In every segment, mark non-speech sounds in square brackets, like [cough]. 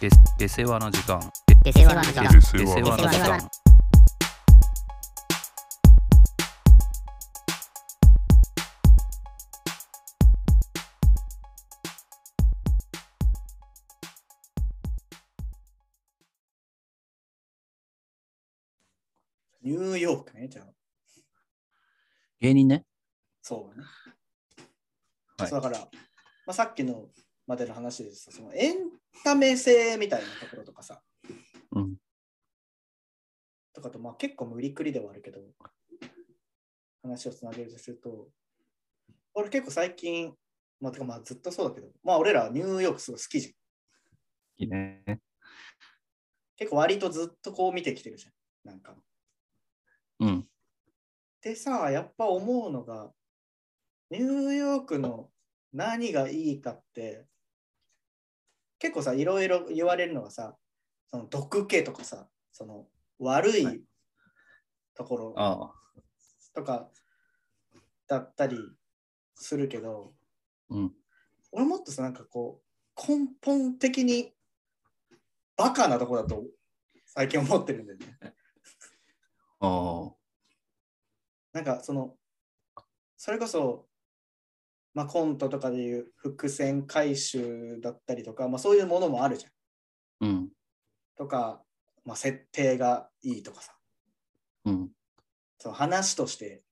で出世話の時間出世話の時間で出世世話の話時間ニューヨークね、じゃあ。芸人ねそうね。はいそうだから、まあ、さっきのまでの話ですとそのエンタメ性みたいなところとかさ、うんとかと、まあ、結構無理くりではあるけど、話をつなげるとすると、俺結構最近、まあ、てかまあずっとそうだけど、まあ俺らニューヨークすごい好きじゃん。いいね結構割とずっとこう見てきてるじゃん。なんか。うんでさ、やっぱ思うのが、ニューヨークの何がいいかって、結構さ、いろいろ言われるのがさ、その毒気とかさ、その悪はいところああとかだったりするけど、うん俺もっとさ、なんかこう、根本的にバカなとこだと最近思ってるんだよね。ああなんかそのそれこそ、まあ、コントとかでいう伏線回収だったりとか、まあ、そういうものもあるじゃん。うんとか、まあ、設定がいいとかさうんその話として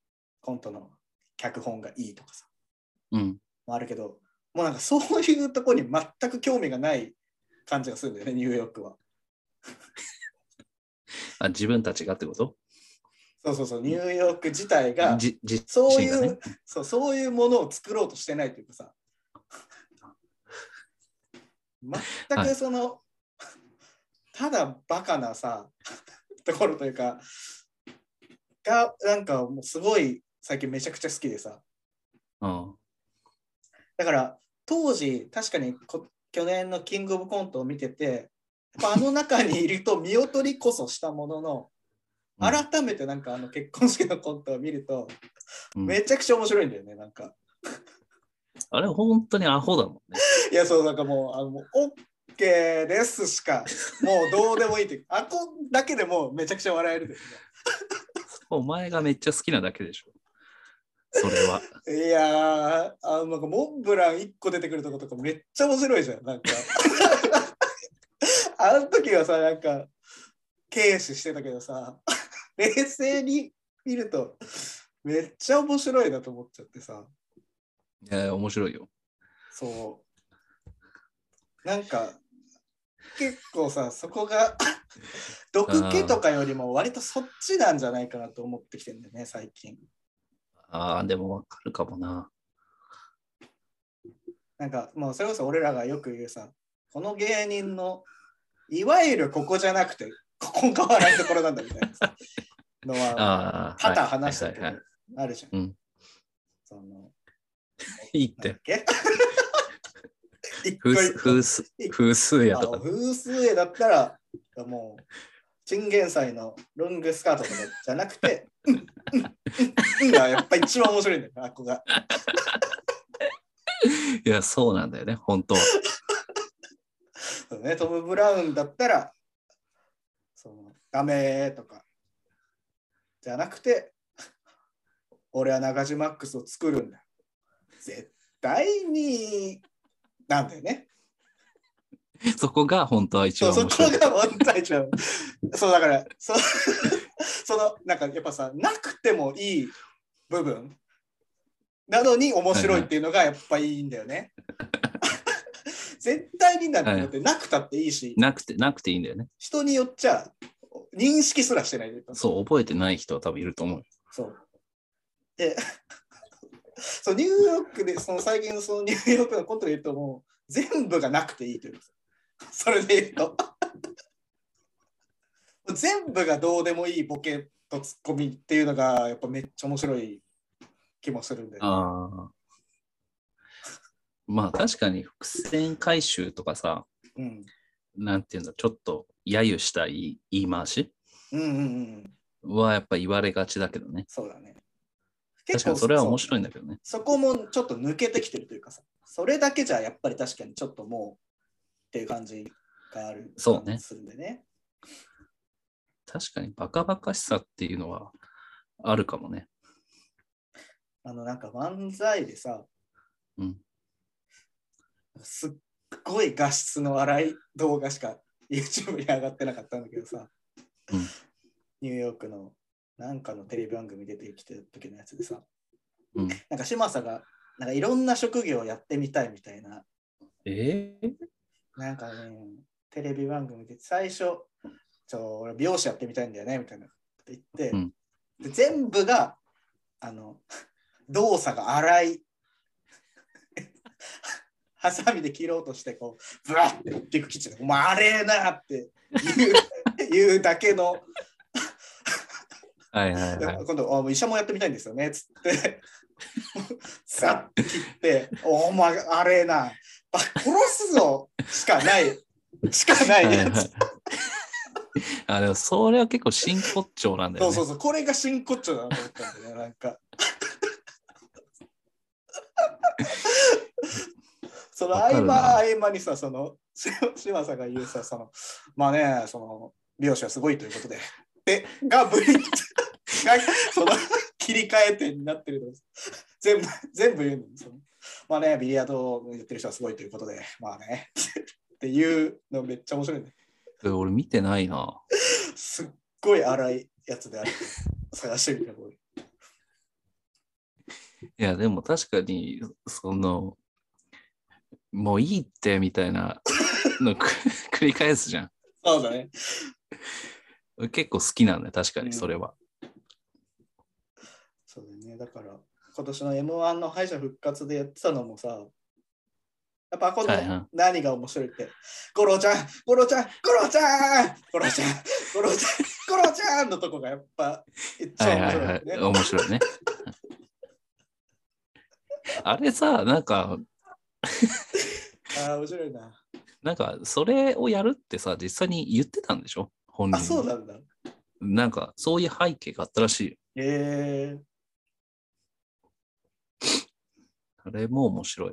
コントの脚本がいいとかさうんもあるけどもうなんかそういうとこに全く興味がない感じがするんだよねニューヨークは。あ自分たちがってことそうそうそうニューヨーク自体がじ自そう身いがう、ねそう、そういうものを作ろうとしてないというかさ。 [laughs] 全くその、ただバカなさ、ところというか、が、なんかもうすごい最近めちゃくちゃ好きでさ。あだから、当時、確かにこ去年のキングオブコントを見てて、やっぱあの中にいると見劣りこそしたものの、あうん改めてなんかあの結婚式のコントを見ると、うんめちゃくちゃ面白いんだよね、なんか。あれ本当にアホだもんねいや、そう、なんかもう、あの、もうオッケーですしか、もうどうでもいいっていう、 [laughs] あこだけでもうめちゃくちゃ笑えるですお前がめっちゃ好きなだけでしょそれはね。いやー、あの、なんかモンブラン1個出てくるとことかめっちゃ面白いじゃん、なんか。 [laughs] あの時はさ、なんか、軽視してたけどさ、 [laughs] 冷静に見ると、めっちゃ面白いなと思っちゃってさ、 [laughs] いや面白いよそう。なんか、結構さ、そ [laughs] こが毒気とかよりも割とそっちなんじゃないかなと思ってきてるんだよね、最近。ああでもわかるかもななんか、もうそれこそ俺らがよく言うさ、この芸人の、いわゆるここじゃなくて、ここが笑いところなんだみたい [laughs] なさのは、ああ多々話したはいけはいはどいはあるじゃん。うんその、いいいっなんてだっけ [laughs] 一個風一水風水個風水やとあか風水絵だったら、もう、チンゲンサイのロングスカートとかじゃなくて、うんうんうんうんがやっぱ一番面白いんだよ、あこが。いやそうなんだよね本当はそうね、トム・ブラウンだったら、そのダメとか、じゃなくて、俺は中島マックスを作るんだ。絶対に、なんだよね。そこが本当は一そう番そ面白こいが問題じゃん。 [laughs] そう [laughs] だから、そそのなんかやっぱさ、なくてもいい部分なのに面白いっていうのがやっぱいいんだよ [laughs] ね。絶対になんてだってなくたっていいし、なくてなくていいんだよね人によっちゃ認識すらしてないというかそう覚えてない人は多分いると思うそう。で、 [laughs] そうニューヨークで、その最近のそのニューヨークのコントで言うと、もう全部がなくていいというか、それで言うと。全部がどうでもいいボケとツッコミっていうのが、やっぱめっちゃ面白い気もするんで。ああまあ確かに伏線回収とかさうん、なんていうのちょっと揶揄した言い言い回しうんうんうん。はやっぱ言われがちだけどねそうだね。確かにそれは面い。白いんだけどねそこもちょっと抜けてきてるというかさ、それだけじゃやっぱり確かにちょっともうっていう感じがある。そうねするんでね。確かにバカバカしさっていうのはあるかもね。あの、なんか漫才でさ、うん。すっごい画質の荒い動画しか YouTube に上がってなかったんだけどさ、うんニューヨークのなんかのテレビ番組出てきてる時のやつでさ、うん、なんか嶋佐がなんかいろんな職業をやってみたいみたいな、えー、なんかね、テレビ番組で最初、ちょ俺美容師やってみたいんだよねみたいなこと言って、うんで全部があの動作が荒い。 [laughs] ハサミで切ろうとしてこうブワッてビッグキッチンで「お前あれな!」って言う [laughs] 言うだけのはいはいではい。今度あもう医者もやってみたいんですよねっつって、さっと切って、お前、あれな、ば殺すぞしかない、しかなはいいはやい [laughs] つ。あ、でもそれは結構真骨頂なんだそようね。そうそう、これが真骨頂だなと思ったんだ [laughs] よね、なんか。 [laughs] その合わかる間な合間にさ、その、し島さんが言うさ、その、まあね、その、美容師はすごいということで、で、が、ブリッジ、が [laughs] その、切り替え点になってるの全部、全部言うのそのまあね、ビリヤードをやってる人はすごいということで、まあね、 [laughs] っていうのめっちゃ面白いね。それ俺見てないな。すっごい荒いやつである。探してみたこれ。いや、でも確かに、その、もういいってみたいなのく [laughs] 繰り返すじゃそうだね。ん。結構好きなんだよ、確かにそれは。そうだよね。だから、今年の M1 の敗者復活でやってたのもさ、やっぱこはいはいの何が面白いって、ゴロちゃん、ゴロちゃん、ゴロちゃん、ゴロちゃん、ゴロちゃん、ゴロちゃんのとこがやっぱ、一番はいは面い白いはよねい。。面白いね。あれさ、なんか、ああ、面白いな。なんか、それをやるってさ、実際に言ってたんでしょ本人あ、にそうなんだ。なんか、そういう背景があったらしいよ。えー、あれも面白い。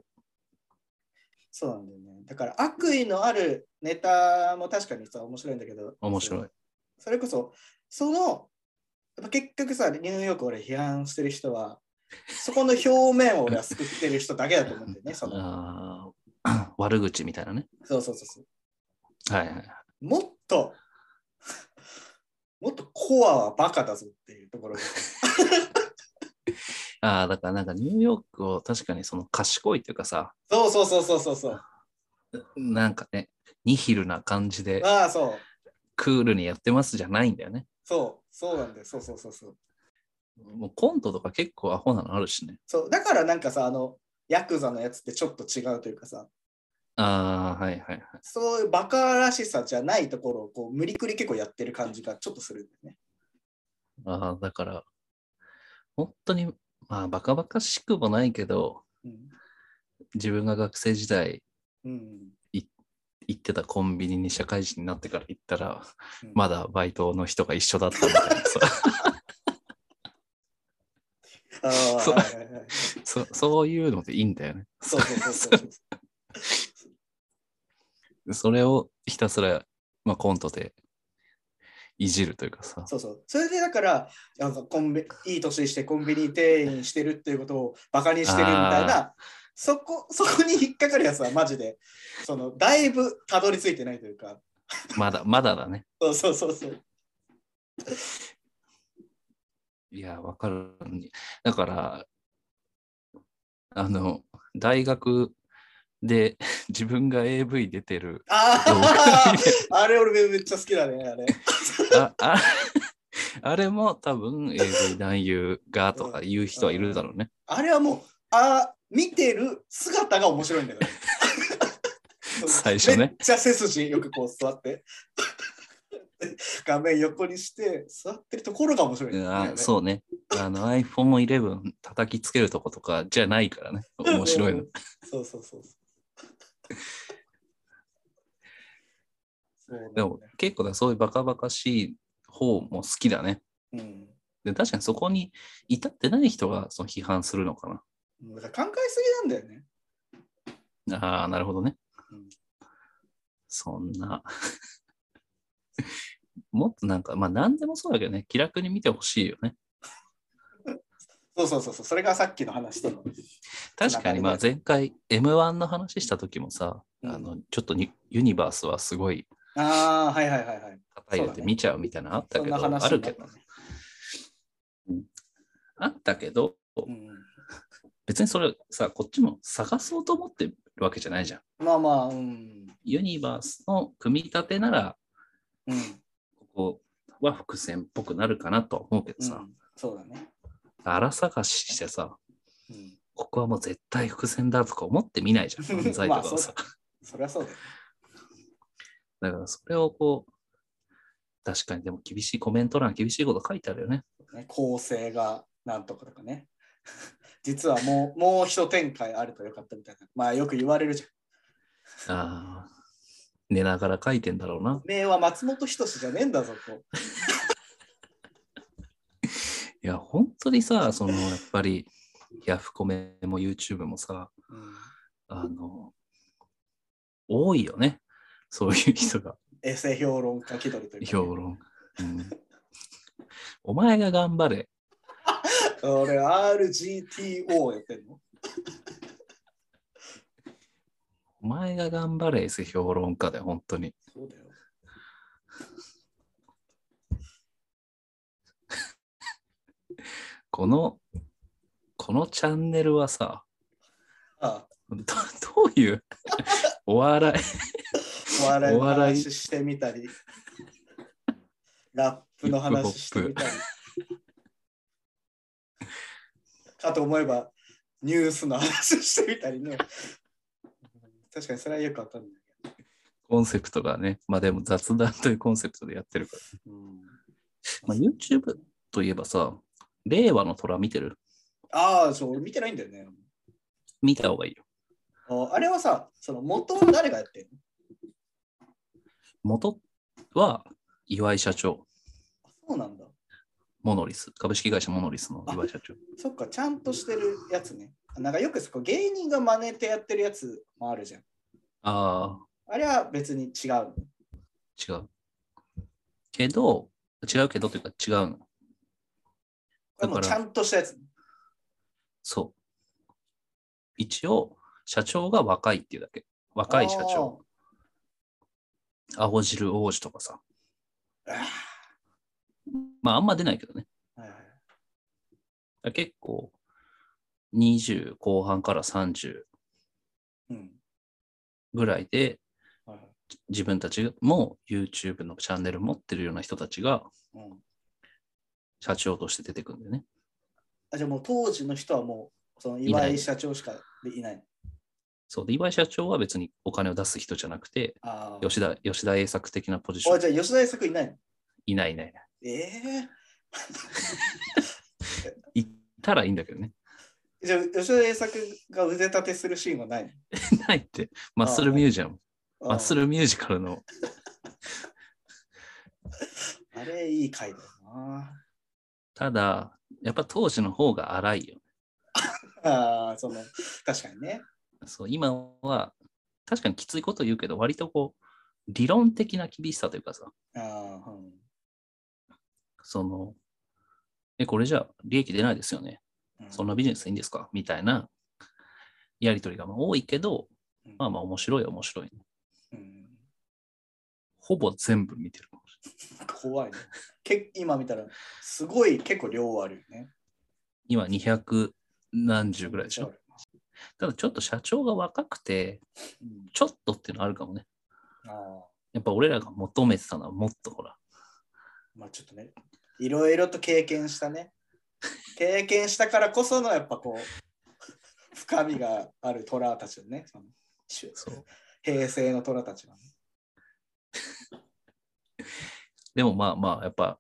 そうなんだよね。だから、悪意のあるネタも確かにさ、面白いんだけど、面白い。それこそ、その、やっぱ結局さ、ニューヨークを俺批判してる人は、そこの表面を俺は救ってる人だけだと思う [laughs] んだよね。そのあー [coughs] 悪口みたいなね。そうそうそうそう。はいはい。もっと、もっとコアはバカだぞっていうところが。ああ、だからなんかニューヨークを確かにその賢いというかさ、そうそうそうそうそ [laughs] うそう。なんかね、ニヒルな感じでああ、そう。クールにやってますじゃないんだよね。そう、そうなんだよ。そうそうそうそう。もうコントとか結構アホなのあるしね。そうだからなんかさ、あの、ヤクザのやつってちょっと違うというかさ、ああ、はいはいはい。そういうバカらしさじゃないところをこう無理くり結構やってる感じがちょっとするんだよね。ああ、だから、本当に、まあ、バカバカしくもないけど、自分が学生時代うん。うん。行ってたコンビニに社会人になってから行ったら、うんまだバイトの人が一緒だったみ [laughs] たいなさ、ああ、そうはいはいはい。そそういうのでいいんだよね。そうそうそうそうそ [laughs] う。それをひたすら、まあ、コントでいじるというかさ。そうそうそれでだからなんかコンビいい年してコンビニ店員してるっていうことをバカにしてるみたいなそこ [laughs] そこに引っかかるやつはマジでそのだいぶたどり着いてないというかまだ、まだだね。そうそうそうそういや、わかる。だから、あの、大学で [laughs] 自分が AV 出てる。あ動画あ見てあれ俺めっちゃ [laughs] 好きだねあれああ [laughs] あれも多分 AV 男優がとか言う人はいるだろうね。あれはもうあ見てる姿が面白いんだよね最初ねめっちゃ背筋よくこう座って画面横にして座ってるところが面白いんだよね、あそうね。あの iPhone11 叩きつけるとことかじゃないからね。面白いの。そうそうそうそう。そうでも結構だそういうバカバカしい方も好きだね。うん。で確かにそこに至ってない人がその批判するのかだから考えすぎなんだよね。な。ああ、なるほどね。そんな。 [laughs] もっとなんか、まあ何でもそうだけどね、気楽に見てほしいよね。そうそうそうそう、それがさっきの話との。確かに、まあつ前回 M1 の話した時もさ、うんあの、ちょっとにユニバースはすごいああ、はいはいはいはい。叩いそうだてね見ちゃうみたいなのあったそんけど、な話あるになけっどた、ねあったけど、うん別にそれさ、こっちも探そうと思ってるわけじゃないじゃん。まあまあ、うん。ユニバースの組み立てなら、うん。ここは伏線っぽくなるかなとは思うけどうさ、ん、そうだね。荒探ししてさ、うん。ここはもう絶対伏線だとか思って見ないじゃ [laughs] ん、犯罪とかをさ。そりゃそうだよ。だからそれをこう、確かにでも厳しいコメント欄、厳しいこと書いてあるよね。ね、構成がなんとかとかね。 [laughs] 実はもう、もう一展開あるとよかったみたいな。まあよく言われるじゃん。ああ、寝ながら書いてんだろうな。名は松本人志じゃねえんだぞと。いや、本当にさ、そのやっぱり、ヤフコメも YouTube もさ、うん、あの、多いよね。そういう人 [laughs] が、エセ評論家気取りというかね評論。うんお前が頑張れ。俺 RGTO やってんのお前が頑張れ、エセ評論家で、本当に。そうだよ。この、このチャンネルはさ、あどどういうお笑いお笑いのお笑い話してみたり、ラップの話してみたり。かと思えば、ニュースの話してみたりね。確かにそれはよくわかんない。コンセプトがね、まあでも雑談というコンセプトでやってるから。うん、まあ、YouTube といえばさ、令和の虎見てるああ、そう、俺見てないんだよね。見た方がいいよ。ああれはさ、その元は誰がやってんの元は岩井社長、あそうなんだ。モノリス、株式会社モノリスの岩井社長。そっか、ちゃんとしてるやつね。なんかよくそこ芸人が真似てやってるやつもあるじゃん。あああれは別に違うの。ー、違う。けど、違うけどというか違うの。これもうちゃんとしたやつ。そう。一応、社長が若いっていうだけ。若い社長。青汁王子とかさ。あー。あまあ、あんま出ないけどね。ーはいはい結構、20後半から30うんぐらいで、はいはい自分たちも YouTube のチャンネル持ってるような人たちがうん社長として出てくるんだよね。あじゃあもう当時の人はもうその岩井社長しかいない。そうで、岩井社長は別にお金を出す人じゃなくて、ああ。吉田、吉田栄作的なポジショおンじゃあ吉田栄作いないのいないいない。ええいたらいいんだけどね。 [laughs] じゃあ吉田栄作が腕立てするシーンはないのないって、マッスルミュージアム、あーマッスルミュージカルの、あれいい回だよな。ただ、やっぱ当時の方が荒いよ。ああ、その、確かにね。そう、今は、確かにきついこと言うけど、割とこう、理論的な厳しさというかさ、ああ、うん。その、え、これじゃあ利益出ないですよね。うんそんなビジネスいいんですかみたいなやりとりがまあ多いけど、うんまあまあ面白いは面白い。うんほぼ全部見てる。怖いね。け今見たら、すごい結構量あるよね。今200何十ぐらいでしょ。ただちょっと社長が若くて、うん、ちょっとっていうのあるかもね。ああ。やっぱ俺らが求めてたのはもっとほら、まあちょっとね、いろいろと経験したね。経験したからこそのやっぱこう、深みがある虎たちのね、そのしゅそう。平成の虎たちは、ね。でもまあまあ、やっぱ、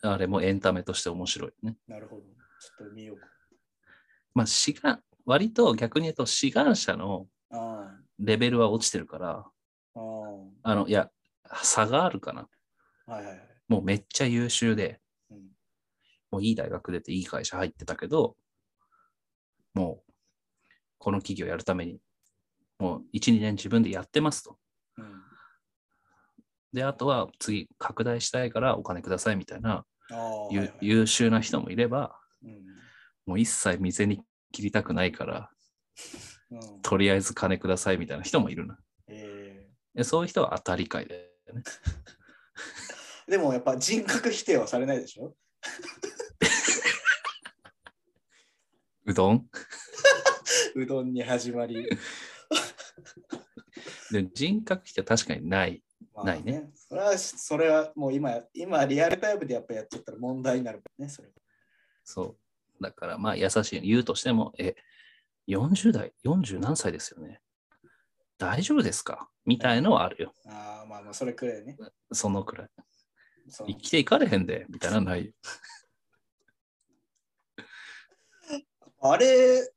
あれもエンタメとして面白いね。なるほど。ちょっと見ようか。まあ、志願、割と逆に言うと志願者のあレベルは落ちてるから、あ、あああの、いや、差があるかな。はいはいはい。もうめっちゃ優秀で、うんもういい大学出ていい会社入ってたけど、もうこの企業やるために、もう1、2年自分でやってますと。うんで、あとは次、拡大したいからお金くださいみたいな、ああ、ゆはいはい優秀な人もいれば、うんもう一切店に切りたくないから、うんとりあえず金くださいみたいな人もいるな。えでそういう人は当たり会だよね。ーでもやっぱ人格否定はされないでしょうどんうどんに始ま [laughs] り。で人格否定は確かにない。まあないね。それは、それはもう今、今リアルタイムでやっぱやっちゃったら問題になるもんね、それは。そう。だからまあ優しい。言うとしても、え、40代、40何歳ですよね。大丈夫ですかみたいのはあるよ。ああ、まあまあ、それくらいね。そのくらい。その生きていかれへんで、みたいなのはないよ。あれ、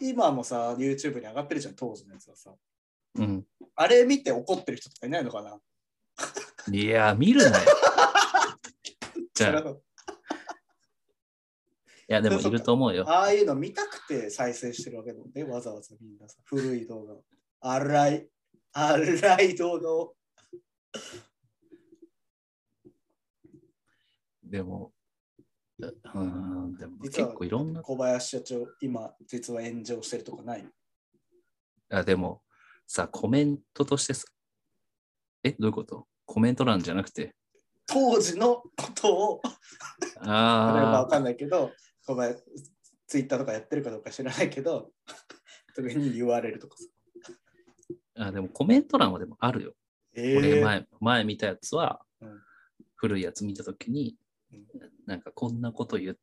今もさ、YouTube に上がってるじゃん、当時のやつはさ。うん。あれ見て怒ってる人とかいないのかないや、見る [laughs] なよ。じゃあ、いそれはや、でもいると思うよ。ああいうの見たくて再生してるわけでもね、わざわざみんなさ、古い動画を。荒い、荒い動画を。でも、ううん、でも実結は構いろんな、小林社長、今、実は炎上してるとかない。あでもさ、コメントとしてさ、え、どういうことコメント欄じゃなくて、当時のことを、例えばわああ、かんないけど、小林、ツイッターとかやってるかどうか知らないけど、 [laughs] とかに言われるとかさ。あでもコメント欄はでもあるよ。ええ俺前、前見たやつは、うん古いやつ見たときにうん、なんかこんなこと言っ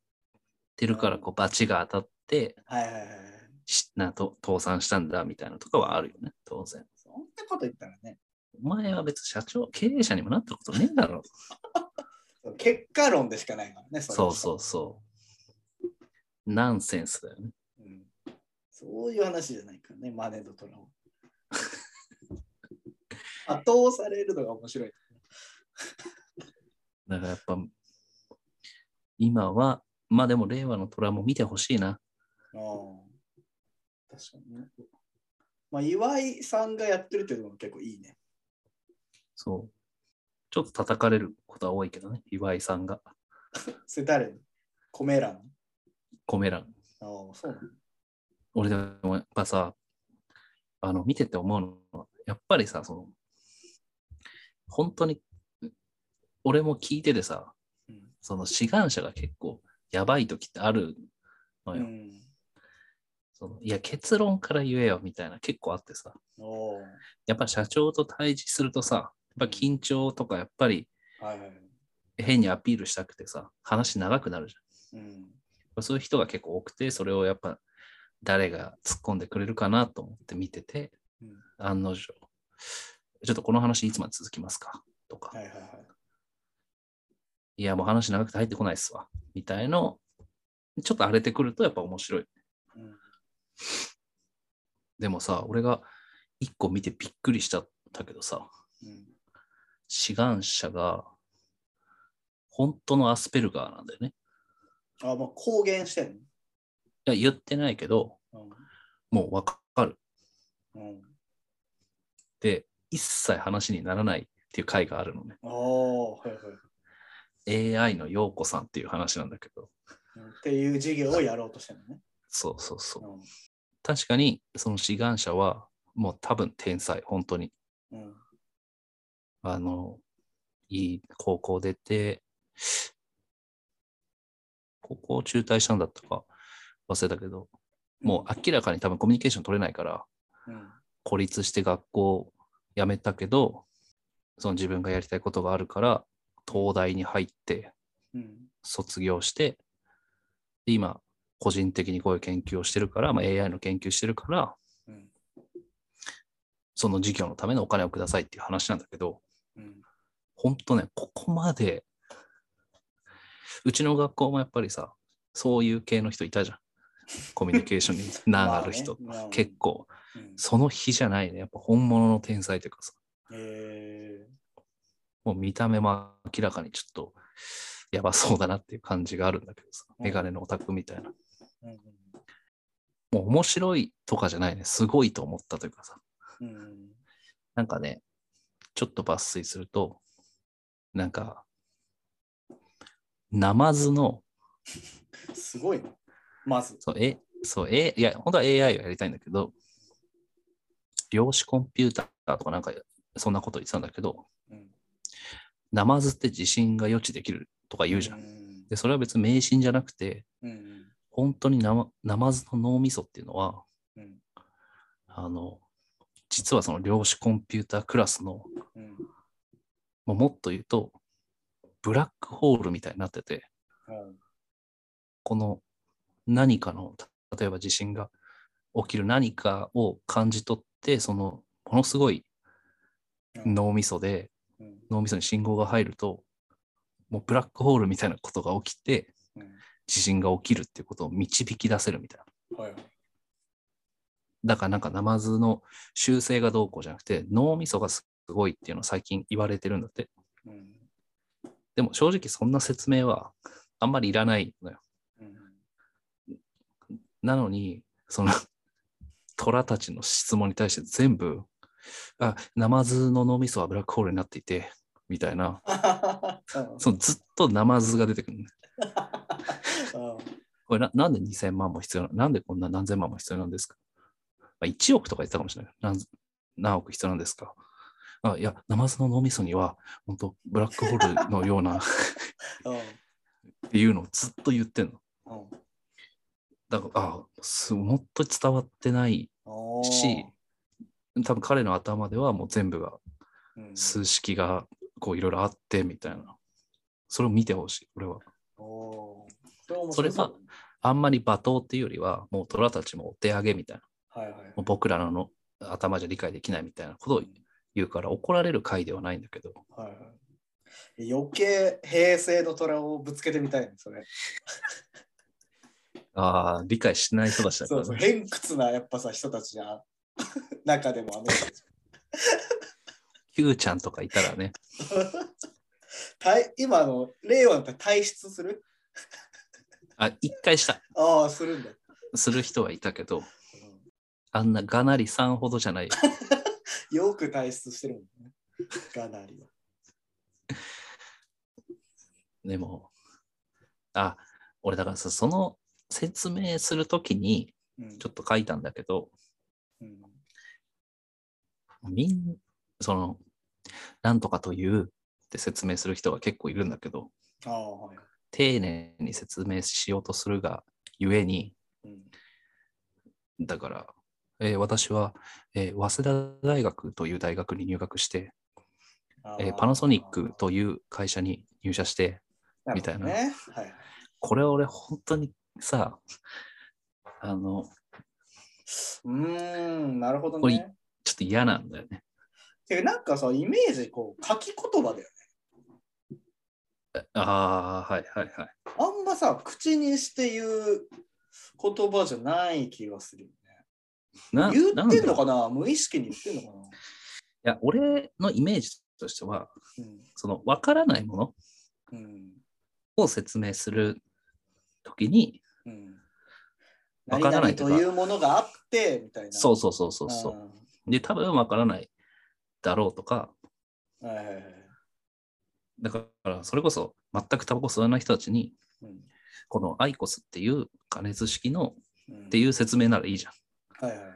てるから、こう、罰が当たって、はいはいはいはい。しなと倒産したんだみたいなとかはあるよね、当然。そんなこと言ったらね、お前は別に社長、経営者にもなったことねえだろ。 [laughs] 結果論でしかないからね、れそはうそうそう。ナンセンスだよね。うんそういう話じゃないからね、マネ [laughs] とトラを。圧倒されるのが面白い。だからやっぱ、今は、まあでも令和の虎も見てほしいな。ああ確かにね。まあ、岩井さんがやってるっていうのも結構いいね。そう。ちょっと叩かれることは多いけどね、岩井さんが。それ誰コメ欄コメ欄。ああ、そうなの。俺でもやっぱさ、あの、見てて思うのは、やっぱりさ、その、本当に、俺も聞いててさ、うんその志願者が結構やばい時ってあるのうよ。ん。そのいや、結論から言えよみたいな結構あってさ、おーやっぱ社長と対峙するとさ、やっぱ緊張とかやっぱりはいはい。変にアピールしたくてさ、話長くなるじうん。ゃん。そういう人が結構多くて、それをやっぱ誰が突っ込んでくれるかなと思って見てて、うん案の定、ちょっとこの話いつまで続きますかとか、はいはいはい。い、や、もう話長くて入ってこないっすわ、みたいの、ちょっと荒れてくるとやっぱ面白い。うんでもさ、俺が一個見てびっくりしちゃったけどさ、うん、志願者が本当のアスペルガーなんだよね。ああ、まあ、公言してんいや言ってないけど、の、もうわかる。うんうん、で、一切話にならないっていう回があるのね。ああ、はいはい。 AI の陽子さんっていう話なんだけど、うんっていう事業をやろうとしてるのね。そうそうそう。う確かに、その志願者は、もう多分天才、本当に。ん。うん。あの、いい高校出て、高校中退したんだったか忘れたけど、もう明らかに多分コミュニケーション取れないから、うん。孤立して学校を辞めたけど、その自分がやりたいことがあるから、東大に入って、うん。卒業して、で今、個人的にこういう研究をしてるから、まあ、AI の研究してるから、うん。その事業のためのお金をくださいっていう話なんだけど、うん。本当ね、ここまで、うちの学校もやっぱりさ、そういう系の人いたじゃん。コミュニケーシ [laughs] ョンに難ある人。まあねまあ結構、うんその日じゃないね。やっぱ本物の天才というかさ、えもう見た目も明らかにちょっとやばそうだなっていう感じがあるんだけどさ、うんメガネのオタクみたいな。ーうんもう面白いとかじゃないね、すごいと思ったというかさ、うん。なんかね、ちょっと抜粋すると、なんか、ナマズの、すごいな。まず。そう、え、そう、え、いや、本当は AI をやりたいんだけど、量子コンピューターとかなんか、そんなこと言ってたんだけど、うん。ナマズって地震が予知できるとか言うじゃ。うんん。で、それは別に迷信じゃなくて、うん。本当にナマナマズの脳みそっていうのは、うん。あの、実はその量子コンピュータークラスの、うん。もうもっと言うと、ブラックホールみたいになってて、うんこの何かの、例えば地震が起きる何かを感じ取って、そのものすごい脳みそで、うん。脳みそに信号が入ると、もうブラックホールみたいなことが起きて、うん地震が起きるっていうことを導き出せるみたいな。はいはい。だからなんかナマズの修正がどうこうじゃなくて、脳みそがすごいっていうのを最近言われてるんだって。うん。でも正直そんな説明はあんまりいらないのよ。うんなのに、その虎たちの質問に対して全部、あ、ナマズの脳みそはブラックホールになっていて、みたいな、うんそのずっとナマズが出てくるのね。うんこれななんで2000万も必要ななんでこんな何千万も必要なんですか、まあ、?1 億とか言ってたかもしれない。何何億必要なんですかあいや、ナマズの脳みそには、本当ブラックホールのようなっうんていうのをずっと言ってんの。うんだから、あすもっと伝わってないおーし、多分彼の頭ではもう全部がうん数式がこういろいろあってみたいな。それを見てほしい、俺は。おーそれ面白それそうはあんまり罵倒っていうよりは、もう虎たちもお手上げみたいな。はいはいもう僕らのの頭じゃ理解できないみたいなことを言うから、怒られる回ではないんだけど、はいはい、余計平成の虎をぶつけてみたいねそれああ、理解しない人たちだかそらうそうね。偏屈なやっぱさ人たちじゃん [laughs] 中でもあの人たちキューちゃんとかいたらね、体今の令和だったら退出するあ、一回した、ああするんだ、する人はいたけど、うあんながなりさんほどじゃない。んよく退出してるもんねかなりはでも、あ、俺だからさ、その説明するときに、うんちょっと書いたんだけど、うんみん、その、なんとかというって説明する人が結構いるんだけど、ああはい丁寧に説明しようとするがゆえに、うんだから、えー私は、えー早稲田大学という大学に入学して、あえーパナソニックという会社に入社して、みたいなるほどねはいはいこれ俺本当にさ、あの、うーんなるほどこれねちょっと嫌なんだよね。てかなんかさイメージこう書き言葉だよねああ、はいはいはい。あんまさ口にして言う言葉じゃない気がするよねな言ってんのなかんだろういな無意識に言ってんのかな、や、俺のイメージとしては、その分からないものうんうんを説明するときに、うん、わ何からな々いととかいうものがあってみたいな。そうそうそうそうそう。で、多分分からないだろうとか、うん。はいはいはい。だからそれこそ全くタバコ吸わない人たちに、うんこのアイコスっていう加熱式のうん、っていう説明ならいいじゃん。はいはい。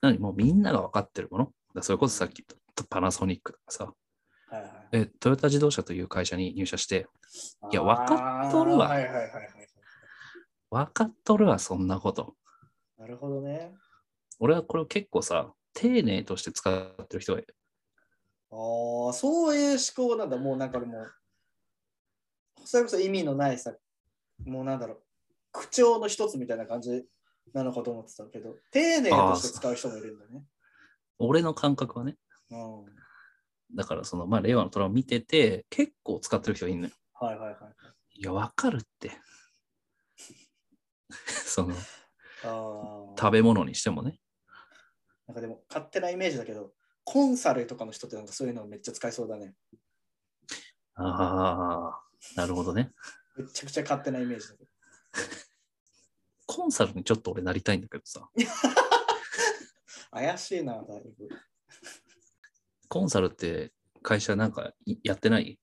なのにもうみんなが分かってるもの。だからそれこそさっき言ったパナソニックとかさ、はいはいえトヨタ自動車という会社に入社して、いやあーわかっとるわはいはいはいはい。分かっとるわ、そんなこと。なるほどね。俺はこれを結構さ、丁寧として使ってる人がああ、そういう思考なんだ。もうなんかもう、それこそ意味のないさ、もうなんだろう、口調の一つみたいな感じなのかと思ってたけど、丁寧として使う人もいるんだね。俺の感覚はね、うん。はだからその、まあ、令和の虎を見てて、結構使ってる人がいるのよ。いはいはい。いや、わかるって。 [laughs] その、ああ食。べ物にしてもね。なんかでも勝手なイメージだけど、コンサルとかの人ってなんかそういうのめっちゃ使いそうだね。ああ、なるほどね。めちゃくちゃ勝手なイメージだけど。コンサルにちょっと俺なりたいんだけどさ、怪しいな、だいぶ。コンサルって会社なんかいやってない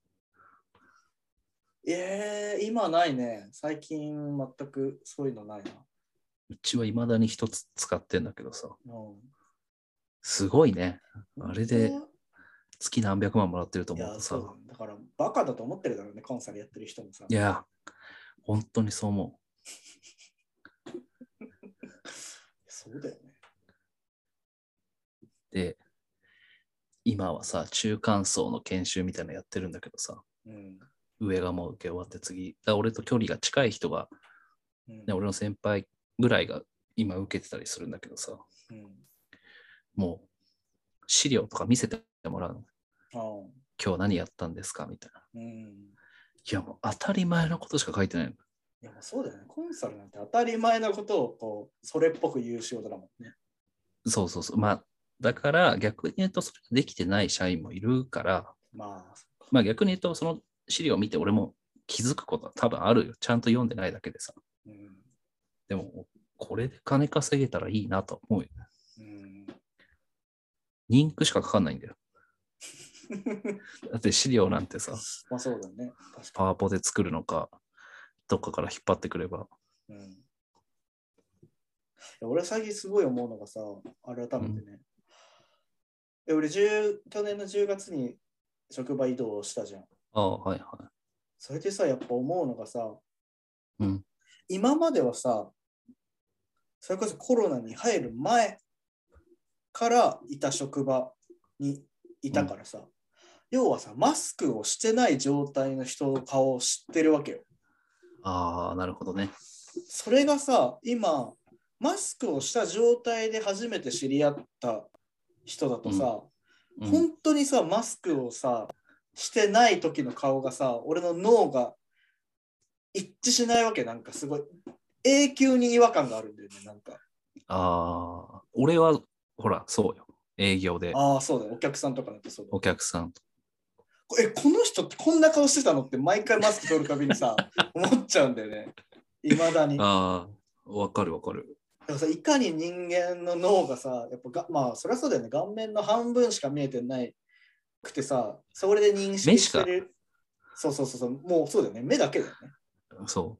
えー、今ないね。最近全くそういうのないな。うちはいまだに一つ使ってんだけどさ、うんすごいね。あれで月何百万もらってるとい思うや、とそさ、うだから、バカだと思ってるだろうね、コンサルやってる人もさ。いや、本当にそう思そうだよね。う。で、今はさ、中間層の研修みたいなのやってるんだけどさ、うん。上がもう受け終わって次、だ俺と距離が近い人が、うんね、俺の先輩ぐらいが今受けてたりするんだけどさ、うんもう資料とか見せてもらうの。あー今日何やったんですかみたいな。うん。いや、もう当たり前のことしか書いてないの。いや、もうそうだよね。コンサルなんて当たり前なことを、こう、それっぽく言う仕事だもんね。そうそうそう。まあ、だから逆に言うとそれができてない社員もいるから、まあ、そっかまあ逆に言うとその資料を見て俺も気づくことは多分あるよ。ちゃんと読んでないだけでさ。うん。でも、これで金稼げたらいいなと思うよ。うん。 [laughs] リンクしかかかんないんだよ。だって資料なんてさ、まあ、そうだね。確かパワポで作るのか、どっかから引っ張ってくれば。に。うん。いや俺、最近すごい思うのがさ、あれ改めてね。え俺10、去年の10月に職場移動したじゃん。ああ、はいはい。それでさ、やっぱ思うのがさ、うん今まではさ、それこそコロナに入る前からいた職場にいたからさ、要はさ、マスクをしてない状態の人の顔を知ってるわけよ。ああ、なるほどね。それがさ、今、マスクをした状態で初めて知り合った人だとさ、うん本当にさマスクをさしてない時の顔がさ俺の脳が一致しないわけなんかすごい永久に違和感があるんだよねなんかああ、俺は、ほら、そうよ。営業でああそうだよお客さんとかだとそうだお客さんと。えこの人ってこんな顔してたのって毎回マスク取るたびに [laughs] さ思っちゃうんだよねいまだにだかああ、わかるわかる。らさいかに人間の脳がさやっぱがまあそりゃそうだよね顔面の半分しか見えてないくてさそれで認識目ししてかるそうそうそうそうもうそうだよね目だけだよねそ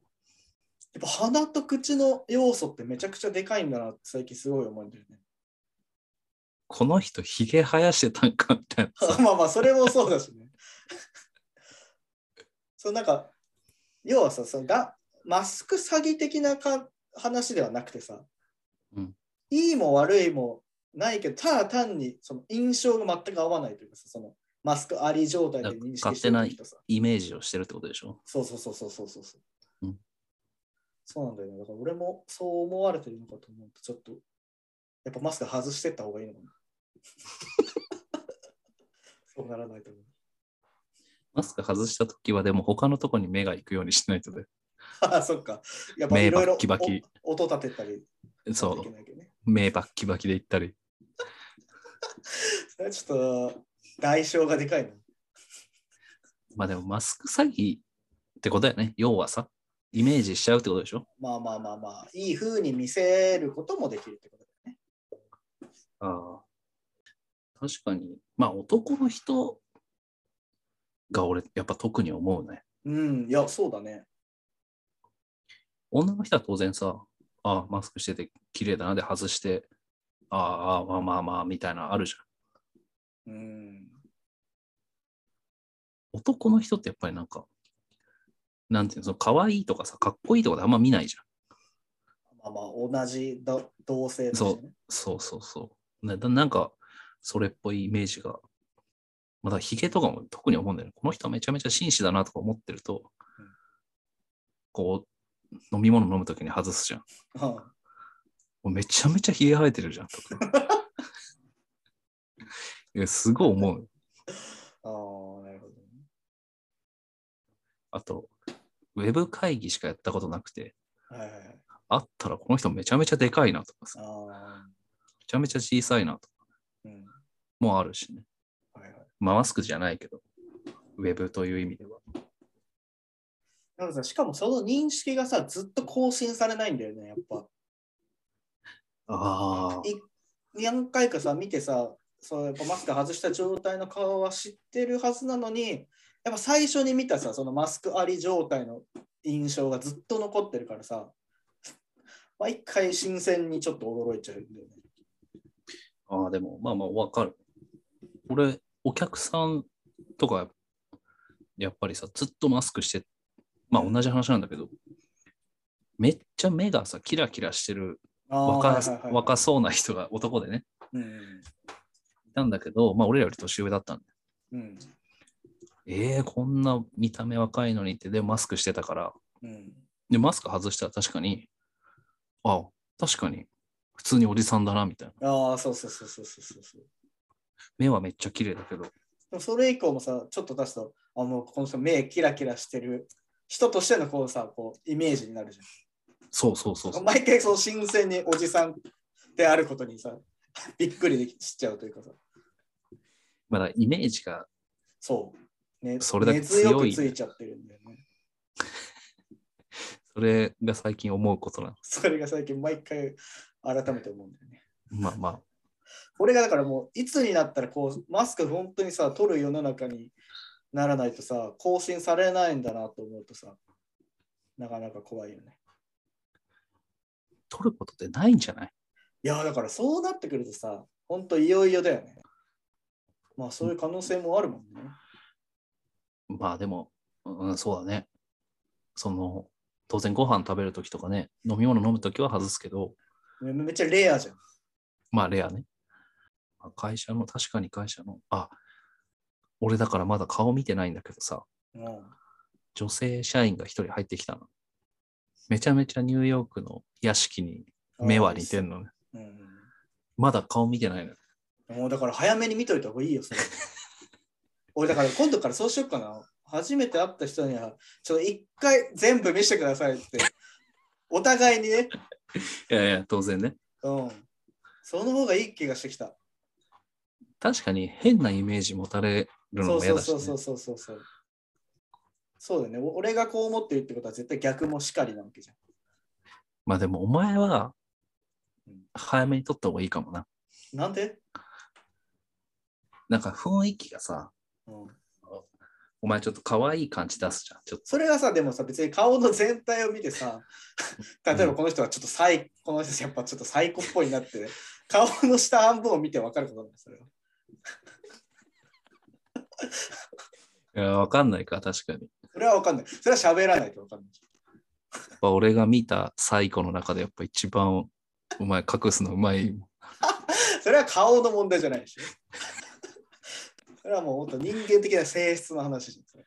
やっぱ鼻と口の要素ってめちゃくちゃでかいんだなって最近すごい思うんだよ [laughs] う。ね。この人、ひげ生やしてたんかみたいな [laughs] さ。まあまあそれもそうだしね。 [laughs] そうなんか要はさそのがマスク詐欺的なか話ではなくてさ、うんいいも悪いもないけどただ単にその印象が全く合わないというかさそのマスクあり状態で認識してる時とさイメージをしてるってことでしょ。そうそうそうそうそうそうそう。うんそうなんだよね。だから俺もそう思われてるのかと思うと、ちょっと、やっぱマスク外してった方がいいのかな。 [laughs] そうならないと思う。 [laughs] マスク外したときは、でも他のとこに目が行くようにしないとね。ああ、そっか。やっぱ目いろいバろッキバキ。お音立てたりしなそきゃいけう。ないけどね。目バッキバキで行ったり。それはちょっと、代償がでかいな。まあでも、マスク詐欺ってことだよね。要はさ、イメージしちゃうってことでしょ。まあまあまあまあ、いい風に見せることもできるってことだよね。ああ。確かに、まあ男の人が俺、やっぱ特に思うね。うん、いや、そうだね。女の人は当然さ、あマスクしてて綺麗だなで外して、ああ、まあまあまあ、みたいなのあるじゃん。うん。男の人ってやっぱりなんか、なんていうの、その可愛いとかさ、かっこいいとかであんま見ないじゃん。まあまあ、同じだ同性としてね。そうそうそう。なだなんか、それっぽいイメージが。また、ヒゲとかも特に思うんだよね。この人はめちゃめちゃ紳士だなとか思ってるとうん、こう、飲み物飲むときに外すじゃん。うんもうめちゃめちゃヒゲ生えてるじゃんとか。 [laughs] いやすごい思う。 [laughs] ああ、なるほど、ね。あと、ウェブ会議しかやったことなくて、はいはいはい。あったらこの人めちゃめちゃでかいなとかさ、めああ、ちゃめちゃ小さいなとかうん。もあるしね。はいはい。まあ、マスクじゃないけど、ウェブという意味では。なんかさ、しかもその認識がさ、ずっと更新されないんだよね、やっぱ。あ何回かさ、見てさ、そうやっぱマスク外した状態の顔は知ってるはずなのにやっぱ最初に見たさそのマスクあり状態の印象がずっと残ってるからさ毎回新鮮にちょっと驚いちゃうんだよね。ああ、でも、まあまあ、わかる。俺、お客さんとか、やっぱりさ、ずっとマスクして、まあ同じ話なんだけど、めっちゃ目がさ、キラキラしてるあー若,、はいはいはい若そうな人が男でね、うんいたんだけど、まあ俺らより年上だったんで、うんえー、こんな見た目若いのにって、で、マスクしてたから、うんで、マスク外したら確かに、あ確かに、普通におじさんだな、みたいな。ああそうそうそうそうそうそうそう。目はめっちゃ綺麗だけど、でもそれ以降もさちょっと出すとあもうこの人目キラキラしてる人としてのこうさこうイメージになるじゃん。そうそうそうそう。毎回その新鮮におじさんであることにさびっくりできしちゃうというかさまだイメージがそう、ね、それだけ根強強くいついちゃってるんだよねそれが最近思うことなの。それが最近毎回改めて思うんだよねまあまあ、俺がだからもういつになったらこうマスク本当にさ取る世の中にならないとさ更新されないんだなと思うとさなかなか怖いよね取ることってないんじゃないいやだからそうなってくるとさ本当いよいよだよねまあそういう可能性もあるもんねまあでも、うん、そうだね。その、当然ご飯食べるときとかね、飲み物飲むときは外すけど、めめっちゃレアじゃんまあレアね。まあ会社の、確かに会社の、あ、俺だからまだ顔見てないんだけどさ、うん女性社員が一人入ってきたの。めちゃめちゃニューヨークの屋敷に目は似てんのね。うんまだ顔見てないの。もうだから早めに見といた方がいいよ、それ。 [laughs] 俺だから今度からそうしようかな。初めて会った人には、ちょっと一回全部見せてくださいって。お互いにね。いやいや、当然ね。うん。その方がいい気がしてきた。確かに変なイメージ持たれるのそうも嫌そうだし、そねう。そうそうそうそう。そうだよね。お俺がこう思ってるってことは絶対逆もしかりなわけじゃん。まあでもお前はうん早めに撮った方がいいかもな。なんでなんか雰囲気がさ、うん。お前ちょっと可愛い感じ出すじゃん。ちょっと。それはさ、でもさ、別に顔の全体を見てさ、例えばこの人はちょっとサイ、この人やっぱちょっとサイコっぽいなって、顔の下半分を見て分かることなんだよ、それは。いや、わかんないか、確かに。それは分かんない。それは喋らないと分かんない。やっぱ俺が見た最古の中でやっぱ一番お前隠すのうまい。それは顔の問題じゃないでしょ。それはもう本当人間的な性質の話じゃんそれ。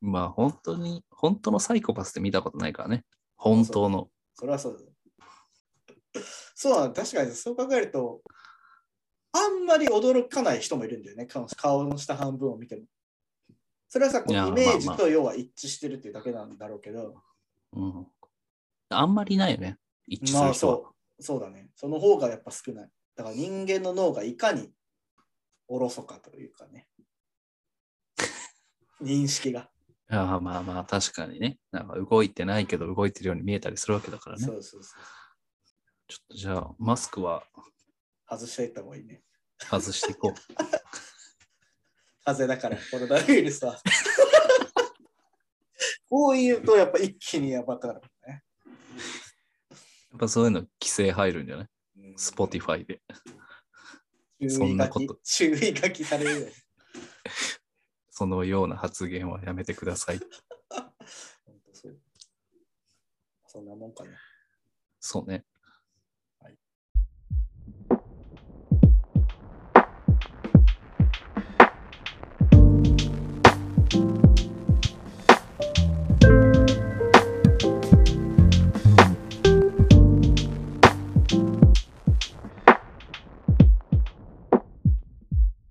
まあ本当に、本当のサイコパスって見たことないからね。本当の。それはそうだ。そうなの確かにそう考えると、あんまり驚かない人もいるんだよね、顔顔の下半分を見ても。それはさ、こいやうイメージまあまと要は一致してるっていうだけなんだろうけど、うん。あんまりないよね。一致すまるあ人は。そう、そうだね。その方がやっぱ少ない。だから人間の脳がいかにおろそかというか [laughs] ね。認識が。ああまあまあ確かにね。なんか動いてないけど動いてるように見えたりするわけだからねそ。うそうそう。ちょっとじゃあマスクは外していった方がいいね。外していこう。風邪だから、コロナウイルスは。 [laughs] こう言うと、やっぱ一気にやばくなるもんね。やっぱそういうの規制入るんじゃないスポティフファイで。ァそんなこと注意書きされ [laughs] るよ。そのような発言はやめてください。ほんとそうそんなもんかな。そうね。